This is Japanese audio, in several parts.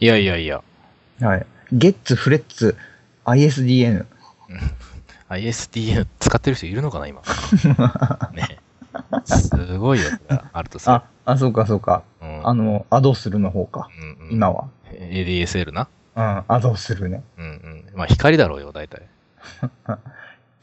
いやいやいや。はい。ゲッツ、フレッツ、ISDN。 ISDN 使ってる人いるのかな、 今。ね。すごいやつがあるとさあ。、あ、そうかそうか。うんあの、アドするの方か。うんうん今は。 ADSL な。うん、アドするね。うんうん。まあ、光だろうよ、大体。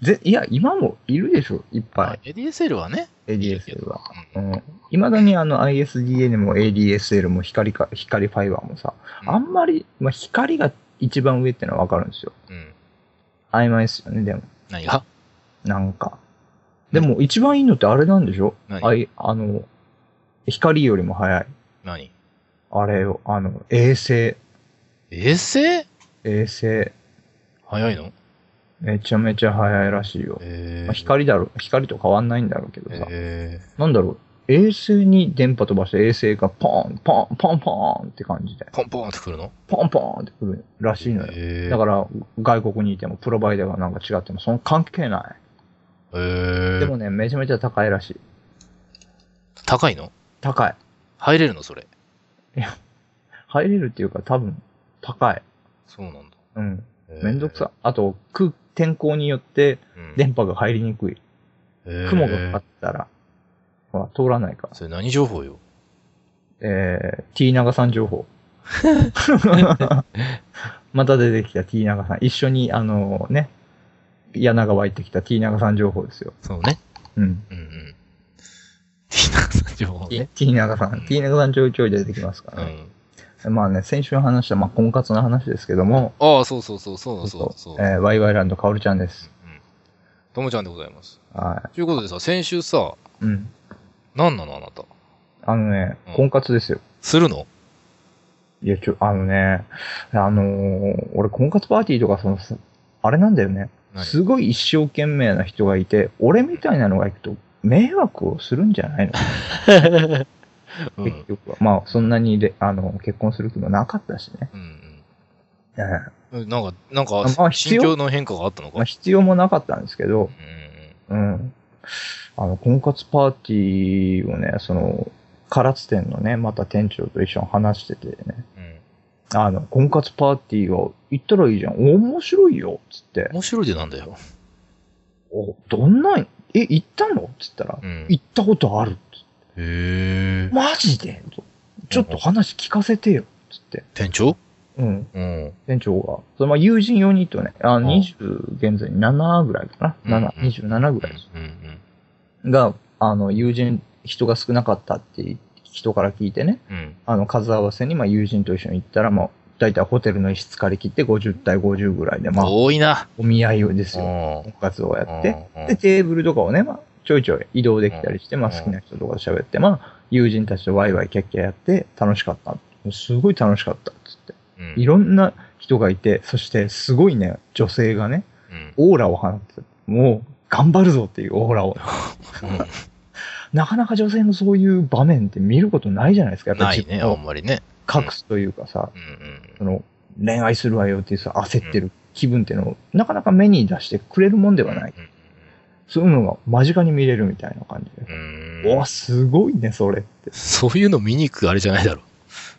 ぜいや、今もいるでしょ、いっぱい。い。ADSL はね。 ADSL は。ううんん。いまだにあの ISDN も ADSL も光か、光ファイバーもさ、あんまり、まあ、光が一番上ってのはわかるんですよ。うん。曖昧ですよね、でも。何がなんか。でも、一番いいのってあれなんでしょ何あい、あの、光よりも早い。何あれよ、あの、衛星、衛星衛星、早いのめちゃめちゃ早いらしいよ。えまあ、光だろ、光と変わんないんだろうけどさ。えなんだろう、衛星に電波飛ばして衛星がポン、ポン、ポンポンって感じで、ー、ポンポンってくるのポンポンってくるらしいのよ。えー、だから、外国にいても、プロバイダーがなんか違っても、その関係なら、えい。ー、でもね、めちゃめちゃ高いらしい。高いの高い。入れるのそれ。入れるっていうか、多分、高い。そうなんだ。うん。えーめんどくさ。あと、空、天候によって、うん電波が入りにくい。雲がかかっえたら、ほら、通らないからー。それ何情報よえー、T 長さん 情報。また出てきた T 長さん。一緒に、あのね、柳川行ってきた T 長さん情報ですよ。そうね。うん。うんうん。T 長さん情報 T, ね。 T 長さん、T 長さんちょいちょい出てきますかうらね。ん。まあね、先週話した、まあ、婚活の話ですけども、ああ、そうそうそう、そうだそうだそうだ。えー、ワイワイランドかおるちゃんです。うんともちゃんでございます。はということでさ、先週さ、い。うん。何なのあなた。あのねうん、婚活ですよ。するのいや、ちょ、あのね、あのー俺婚活パーティーとか、その、あれなんだよね。何すごい一生懸命な人がいて、俺みたいなのが行くと迷惑をするんじゃないの、うん。うん結局は。まあ、そんなにであの結婚する気もなかったしね。うん。ええなんか、なんかあま、あ必心要境の変化があったのか。まあ、必要もなかったんですけど、うんうんうん。あの、婚活パーティーをね、その、唐津店のね、また店長と一緒に話しててね、うんあの、婚活パーティーは行ったらいいじゃん。面白いよ、つって。面白いでなんだよ。お、どんなん、え、行ったのつったらう、ん。へ行ったことある。え。マジでとちょっと話聞かせてよ。つって。店長うん。うん。店長が。それまあ友人用にとね、あん20、現在7ぐらいかうんうんな。7、27ぐらいです。うんうんが、あの、友人、人が少なかったっていう人から聞いてね、うん。うん。あの、数合わせに、まあ友人と一緒に行ったら、まあ、大体ホテルの一室借り切って50対50ぐらいで、まあ、多いな。お見合いをですよ。う婚活をやん。って。うんで、テーブルとかをね、まあ、ちょいちょい移動できたりして、まあ、うん好きな人とかと喋って、まあ、友人たちとワイワイキャッキャやって、楽しかった。すごい楽しかった。つって。うんいろんな人がいて、そして、すごいね、女性がね、うんオーラを放ってたもう、頑張るぞっていうオーラを。うなかなか女性のそういう場面って見ることないじゃないですか。やんっぱなりい自ね、分あをんまりね。隠すというかさ、うんその恋愛するわよっていうさ、焦ってる気分っていうのを、なかなか目に出してくれるもんでではない。。そういうのが間近に見れるみたいな感じで。うん。おすごいね、それって。そういうの見に行くあれじゃないだろ。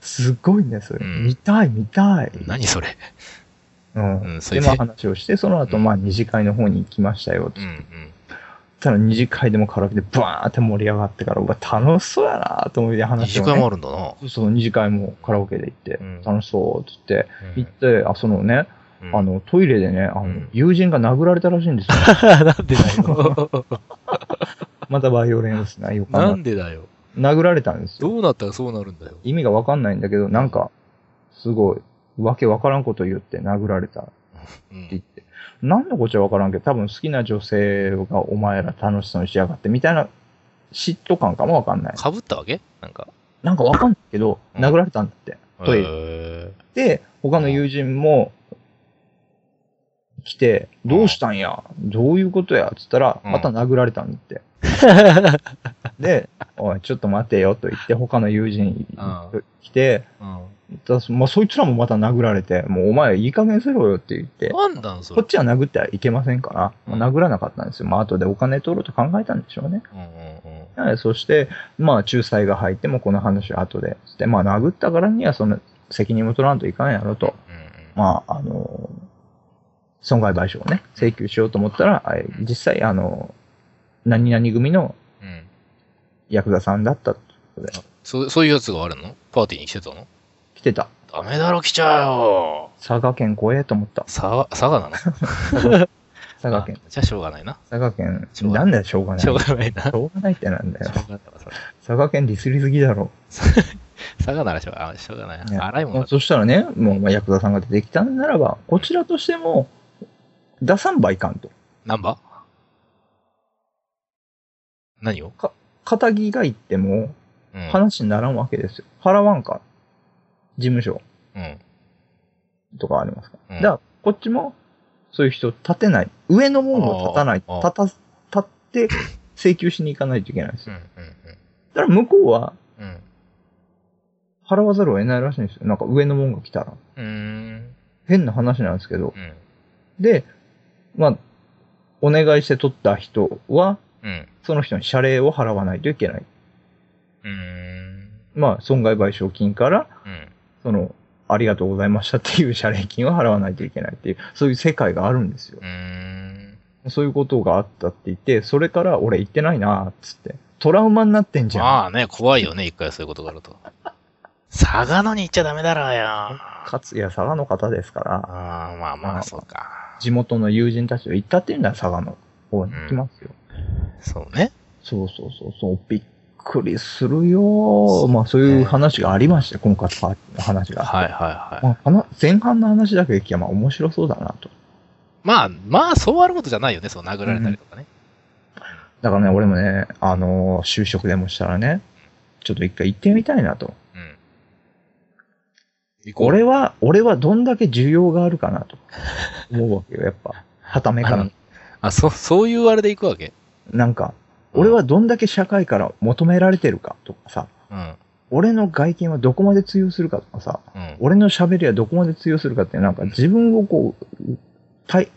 すごいね、それ。うん見たい、見たい。何それ。うん。うん、それで、でまあ。話をして、その後、うんまあ二次会の方に行きましたよ。うんうん。たら二次会でもカラオケでバーって盛り上がってから、うわ、楽しそうやなと思って二話時を、ね。間もあるんだな。そう、二次会もカラオケで行って、うん楽しそうっつって、う行っんて、あ、そのね、うん あの、トイレでね、あの、うん友人が殴られたらしいんですよ。 なんで だよ。またバイオレンスな予な感んでだよ。が。殴られたんですよ。どうなったらそうなるんだよ。意味がわかんないんだけど、なんか、すごい、わけわからんこと言って殴られた。うって言んって、なんでこっちは分からんけど、多分好きな女性がお前ら楽しそうにしやがってみたいな嫉妬感かも分かんない。かぶったわけなんか。なんか分かんないけど、うん殴られたんだって。トイレレ。で、他の友人も来て、うんどうしたんやどういうことやっつったら、うんまた殴られたんだって。 で、おい、ちょっと待てよと言って、他の友人うん来て、うんだまあ、そいつらもまた殴られて、もうお前いい加減せろよって言って、なんなんそこれっ。ちは殴ってはいけませんから、うんまあ、殴らなかったんですよ。まあ、後でお金取ろうと考えたんでしょうね。うんうんはいそして、まあ、仲裁が入っても、この話は後で。つって、まあ、殴ったからには、その、責任も取らんといかんやろと、うんうん。まあ、あの、損害賠償をね、請求しようと思ったら、あれ実際、あの、何々組のうん。ヤクザさんだった。そうそういうやつがあるのパーティーに来てたの来てた。ダメだろ、来ちゃうよ。佐賀県怖えと思った。さ、佐賀なの佐賀県。あじゃあしょうがないな。佐賀県し、ょうがななんだよ、しょうがない。ししょょうがないな。しょううがないってなんだよが。ないからそれ佐賀県ディスりすぎだろ。佐賀ならしょうがあしょうがないねな。荒いもんまだあ、そしたらね、もうまあヤクザさんが出てきたんならば、こちらとしても、出さんばいかんと。ナンバー何を仇が言ってもうん。話にならんわけですよ。払わんか。事務所うん。とかありますか。うんだから、こっちも、そういう人立てない。上の門を立たない。あー立た、立って請求しに行かないといけないですうよ。ん。だから向こうはうん。うん。払わざるを得ないらしいんですよ。なんか上の門が来たら。うーん。変な話なんですけど。うん。で、まあ、お願いして取った人は、うん。その人に謝礼を払わないといけない。うーん。まあ、損害賠償金から、うん。その、ありがとうございましたっていう謝礼金を払わないといけないっていう、そういう世界があるんですよう。ーん。そういうことがあったって言って、それから俺行ってないなーっつって。トラウマになってんじゃん。まあね、怖いよね、一回そういうことがあると。佐賀野に行っちゃダメだろうよ。あかつ、いや、佐賀の方ですから、あー、まあまあ、そうか。地元の友人たちと行ったっていうんだら佐賀の方に行きますよ。そうね。そうそうそうそう、びっくりするよー。まあ、そういう話がありまして、今回パーティーの話が。はいはいはい。まあ、話前半の話だけで聞きゃ、まあ、面白そうだなと。まあ、まあ、そうあることじゃないよね、そう殴られたりとかね。だからね、俺もね、あのー就職でもしたらね、ちょっと一回行ってみたいなと。うん。行こう俺は、俺はどんだけ需要があるかなと思うわけよ、やっぱ。はためかあらの。あ、そう、そういうあれで行くわけなんか、俺は、どんだけ社会から求められてるかとかさ、うん、俺の外見はどこまで通用するかとかさ、うん。俺の喋りはどこまで通用するかって、なんか自分をこう、たい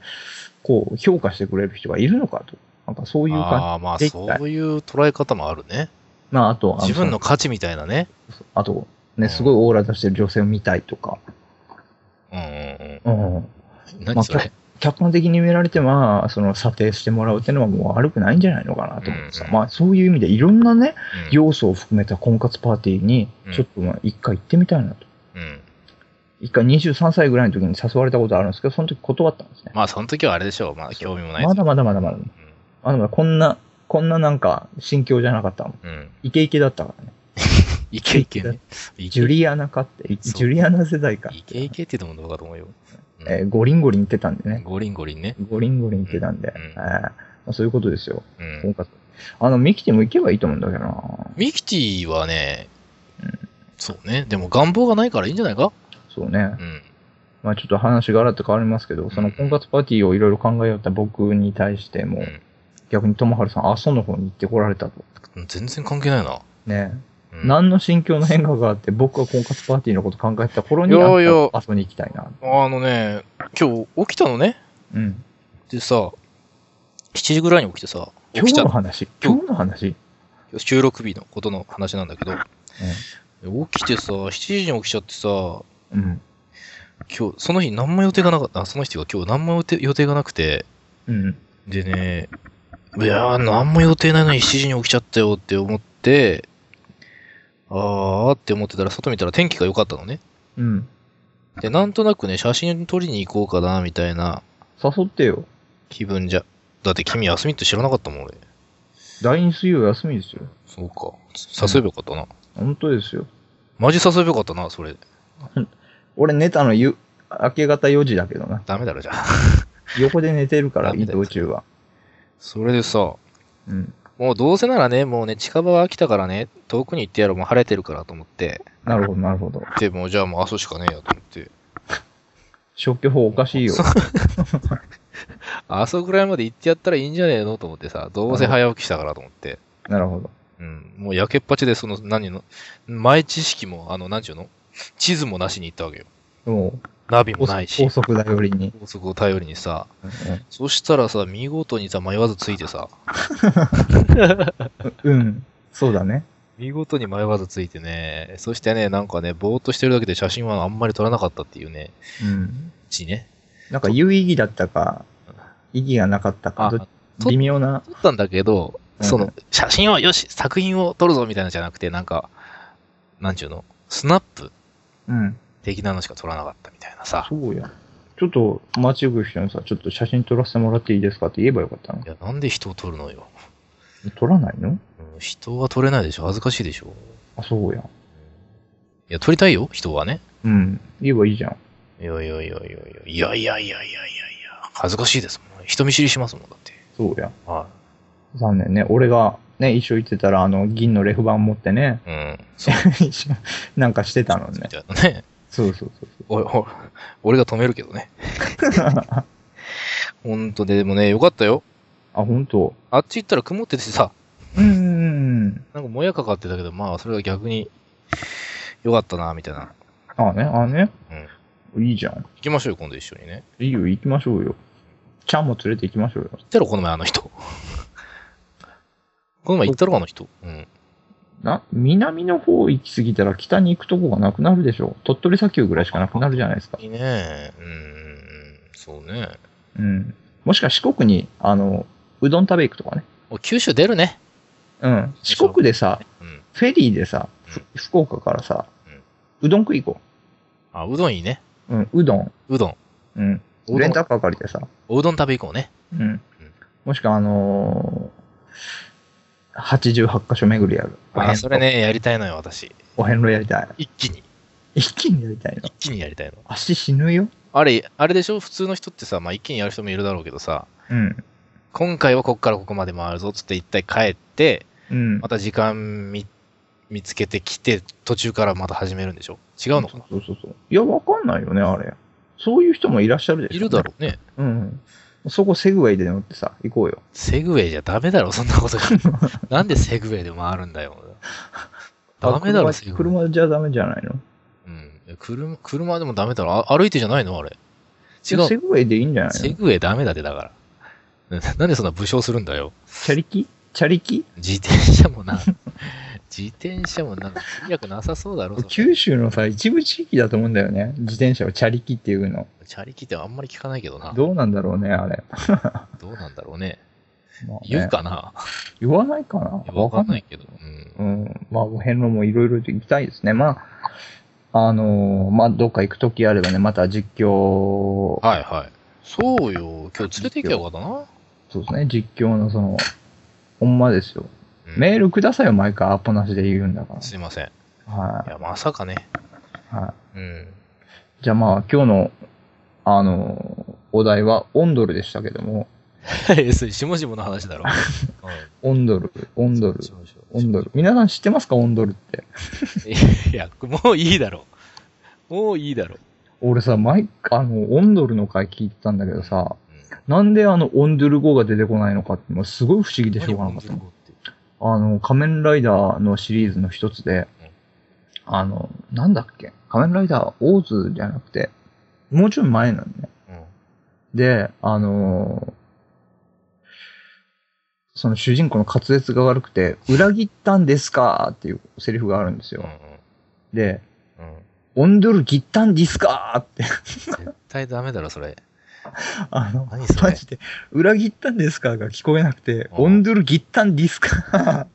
こう、評価してくれる人がいるのかと。なんかそういう感じ。ああ、まあ、で行きたいそういう捉え方もあるね。まあ、あと、あ自分の価値みたいなね。あと、ね、すごいオーラ出してる女性を見たいとか。うんうんうん。うん。ま何あそれ。客観的に見られて、まあ、その査定してもらうっていうのはもう悪くないんじゃないのかなと思ってうさ、んうんまあ、そういう意味でいろんなね、うん要素を含めた婚活パーティーにうん、ちょっとまあ一回行ってみたいなと。うん。一回23歳ぐらいの時に誘われたことあるんですけど、その時断ったんですね。まあ、その時はあれでしょう。まあ、興味もないまだまだまだまだ。うまだまだこんな、こんななんか心境じゃなかったの。ん。うん。イケイケだったからね。いけいけ ね。いけジュリアナかって、ジそうュリアナ世代か。いけいけって言うのもどうかと思うよ。うんえーゴリンゴリン言ってたんでね。ゴリンゴリンね。ゴリンゴリン言ってたんで。うんうんえーまあそういうことですよ。う婚ん。活。あの、ミキティも行けばいいと思うんだけどな。ミキティはね、そうね。でも願望がないからいいんじゃないかそうねう。ん。まあちょっと話がらって変わりますけど、その婚活パーティーをいろいろ考えよった僕に対しても、うん逆に友春さん、阿蘇の方に行ってこられたと。全然関係ないな。ね、うん何の心境の変化があって、僕が婚活パーティーのこと考えてた頃に、いやいやあんたと阿蘇に行きたいな。あのね、今日起きたのね。うん。でさ、7時ぐらいに起きてさ、起今き日たの話今日の話収録日のことの話なんだけど、起きてさ、7時に起きちゃってさ、うん。今日、その日何も予定がなかった、あその日が今日何も予定予定がなくて、うん。でね、いやー、何も予定ないのに7時に起きちゃったよって思って、あーって思ってたら、外見たら天気が良かったのね。うん。で、なんとなくね、写真撮りに行こうかな、みたいな誘ってよ。気分じゃ。だって君休みって知らなかったもん、俺。第2水曜休みですよ。そうか。誘えばよかったな。本当ですよ。マジ誘えばよかったな、それ。俺寝たのゆ明け方4時だけどな。ダメだろ、じゃあ。横で寝てるから、ダメ移だよ動中は。それでさ、うん。もうどうせならね、もうね、近場は飽きたからね、遠くに行ってやろう、もう晴れてるからと思って。なるほど、なるほど。で、もうじゃあもう阿蘇しかねえやと思って。消去法おか しいよ。阿蘇ぐらいまで行ってやったらいいんじゃねえのと思ってさ、どうせ早起きしたからと思って。なるほど。うん、もう焼けっぱちで、その、何の、前知識も、あの、なんちゅうの地図もなしに行ったわけよ。もナビう、も高ない速し高。速頼りに。高速を頼りにさ、うんそしたらさ、見事にさ、迷わずついてさ、うん、うんそうだね。見事に前技ついてね、そしてね、なんかね、ぼーっとしてるだけで写真はあんまり撮らなかったっていうね、うん。ちね。なんか有意義だったか、意義がなかったか、あどと微妙な。撮ったんだけど、うんその、写真を、よし、作品を撮るぞみたいなのじゃなくて、なんか、なんちゅうの、スナップうん。的なのしか撮らなかったみたいなさ。そうや。ちょっと街行く人にさ、ちょっと写真撮らせてもらっていいですかって言えばよかったのい。や、なんで人を撮るのよ。撮らないのうん人は撮れないでしょ恥ずかしいでしょあ、そうや。いや、撮りたいよ、人はね。うん。言えばいいじゃん。いやいやいやいやいや、いやいやいやいやいやいや、恥ずかしいですもん。人見知りしますもん、だって。そうや。は残念ね。俺がね、一緒行ってたら、あの、銀のレフ板持ってね、い。うん。そう、一緒 なんかしてたのみね。たいなね。そうそうそうおいおい俺が止めるけど ね。ほんとね、でもね、よかったよ。あ、本当。あっち行ったら曇っててさ、うんうんうん。なんかもやかかってたけど、まあ、それが逆に、よかったな、みたいな。あね、あね。うん。いいじゃん。行きましょうよ、今度一緒にね。いいよ、行きましょうよ。ちゃんも連れて行きましょうよ。行ったろ、この前あの人。 この前行ったろ、あの人。うん。な、南の方行き過ぎたら北に行くとこがなくなるでしょ。鳥取砂丘ぐらいしかなくなるじゃないですか。いいね。うん。そうね。うん。もしか四国に、あの、うどん食べ行くとかね。お九州出るね。うん。四国でさ、うん。フェリーでさ、ふ福岡からさ、うどん食い行こあ、うどんいいね。う。うん、うどん。うどん。うん。うどんレンタカー借りてさ、おうどん食べ行こうね。うん。もしくは、あのー、88箇所巡りやる。あ、それ。ね、やりたいのよ、私。お遍路やりたい。一気に。一気にやりたいの一。気にやりたいの。足死ぬよ。あれ、あれでしょ普通の人ってさ、まあ一気にやる人もいるだろうけどさ、うん。今回はこっからここまで回るぞっつって一回帰って、うん。また時間見、見つけてきて、途中からまた始めるんでしょ違うのかなそうそうそう。いや、わかんないよね、あれ。そういう人もいらっしゃるでしょ、いるだろうね。う。うん。そこセグウェイで乗ってさ、行こうよ。セグウェイじゃダメだろ、そんなこと が。なんでセグウェイで回るんだよ。ダメだろ、あセ車グウェイ。車じゃダメじゃないのうん。車、車でもダメだろ。あ歩いてじゃないのあれ。違セう。グウェイでいいんじゃないセのグウェイダメだって、だから。 うんなんでそんな武将するんだよ。チャリキチャリキ自転車も な、自転車もなんか制くなさそうだろ、それ九州のさ、一部地域だと思うんだよね。自転車をチャリキっていうの。チャリキってあんまり聞かないけどな。どどうなんだろうね、あれ。うなんだろうね。まあね言うかな言わないかないやわかんないけど。うん。うん。まあ、お遍路もいろいろと行きたいですね。まあ、あのーまあ、どっか行くときあればね、また実況、はいはい。そうよ。今日連れて行きゃよかったな。そうですね、実況のその、ほんまですよ。うんメールくださいよ、毎回アポなしで言うんだかすいません。ら。はいや、まさかね。い。はうん。い。じゃあまあ、今日の、あのーお題は、オンドルでしたけども、それしもしもの話だろ。うんオンドル、オンドル、しもしもオンドル。皆さん知ってますか、オンドルって。いや、もういいだろ。もういいだろ。俺さ、毎回、あの、オンドルの回聞いてたんだけどさ、うんなんであの、オンドゥル語が出てこないのかって、もうすごい不思議でしょうがなかった。あの、仮面ライダーのシリーズの一つで、あの、なんだっけ、仮面ライダーオーズじゃなくて、もうちょい前なんだね。うんで、あのーその主人公の滑舌が悪くて、裏切ったんですかっていうセリフがあるんですうよ。んで、うんうんオンドゥル切ったんですかって、絶対ダメだろ、それ。あの、何そマれ。ジで、裏切ったんですかが聞こえなくて、うんオンドゥル切ったんですか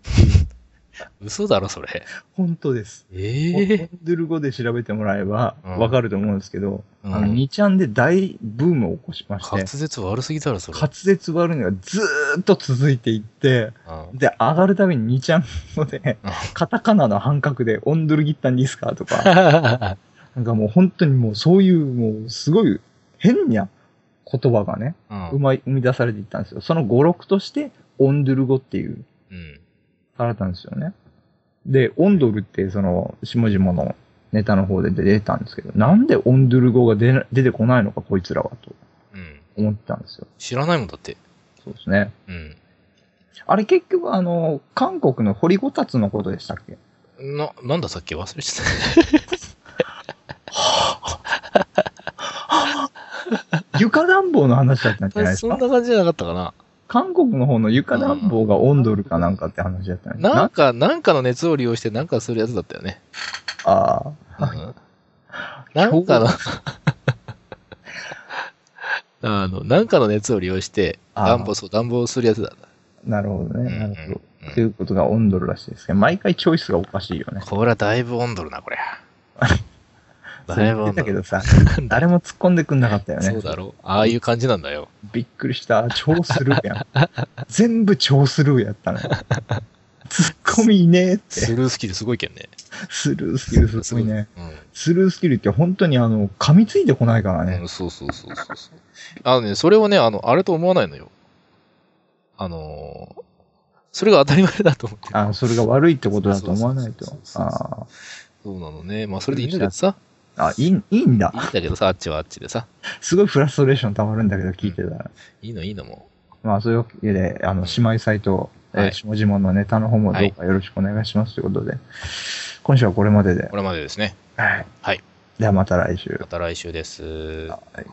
嘘だろ、それ。本当です。えオンえドゥル語で調べてもらえばうんわかると思うんですけど、うんあの2ちゃんで大ブームを起こしまして、滑舌悪すぎだろ、それ。滑舌悪いのがずーっと続いていって、うんで、上がるたびに2ちゃん語でうん、カタカナの半角でオンドゥルギッタンディスカーとか、 なんかもう本当にもうそういう、もうすごい変な言葉がね、うんうまい生み出されていったんですよ。その語録として、オンドゥル語っていう、うん。新たんですよね。で、オンドルって、その、下々のネタの方で出てたんですけど、なんでオンドル語が出な出てこないのか、こいつらは、とうん。思ってたんですよ。知らないもんだって。そうですね。うん。あれ結局、あの、韓国の掘りごたつのことでしたっけな、なんださっき忘れて床暖房の話だったんじゃないた。ですそんか な感じじゃなかったかな。韓国の方の床暖房がオンドルかなんかって話だったね。なんか、なんかの熱を利用してなんかするやつだったよね。あうあ。んなんかの、 あの、なんかの熱を利用して、あー暖房、そう、暖房するやつだ。なるほどね。なるほど。うんということがオンドルらしいですけど、毎回チョイスがおかしいよね。これはだいぶ温度るな、これ。それだいぶ 言って温た度ける。どさ、誰も突っ込んでくんなかったよね。そうだろああいう感じなんだよ。びっくりした。超スル ーやん。全部超スルーやったの。ツッコミいねえって。スルースキルすごいけんね。スルースキルすごいね。うん。スルースキルって本当にあの、噛みついてこないからうね。ん、そうそうそうそうそう。あのね、それをね、あの、あれと思わないのよ。あのーそれが当たり前だと思ってる。あそれが悪いってことだと思わないとそう。そうそうそうあそうなのね。まあ、それでいいんだけどさ。ーあ、いい、いいんだい。いんだけどさ、あっちはあっちでさ。すごいフラストレーション溜まるんだけど聞いてたら。いいのいいのもまあ、そういうわけで、あの、姉妹サイト、えーはい下々のネタの方もどうかよろしくお願いしますということで、今週はこれまででう。こ。れまでですね。はい。はい。ではまた来週ま。た来週です。はい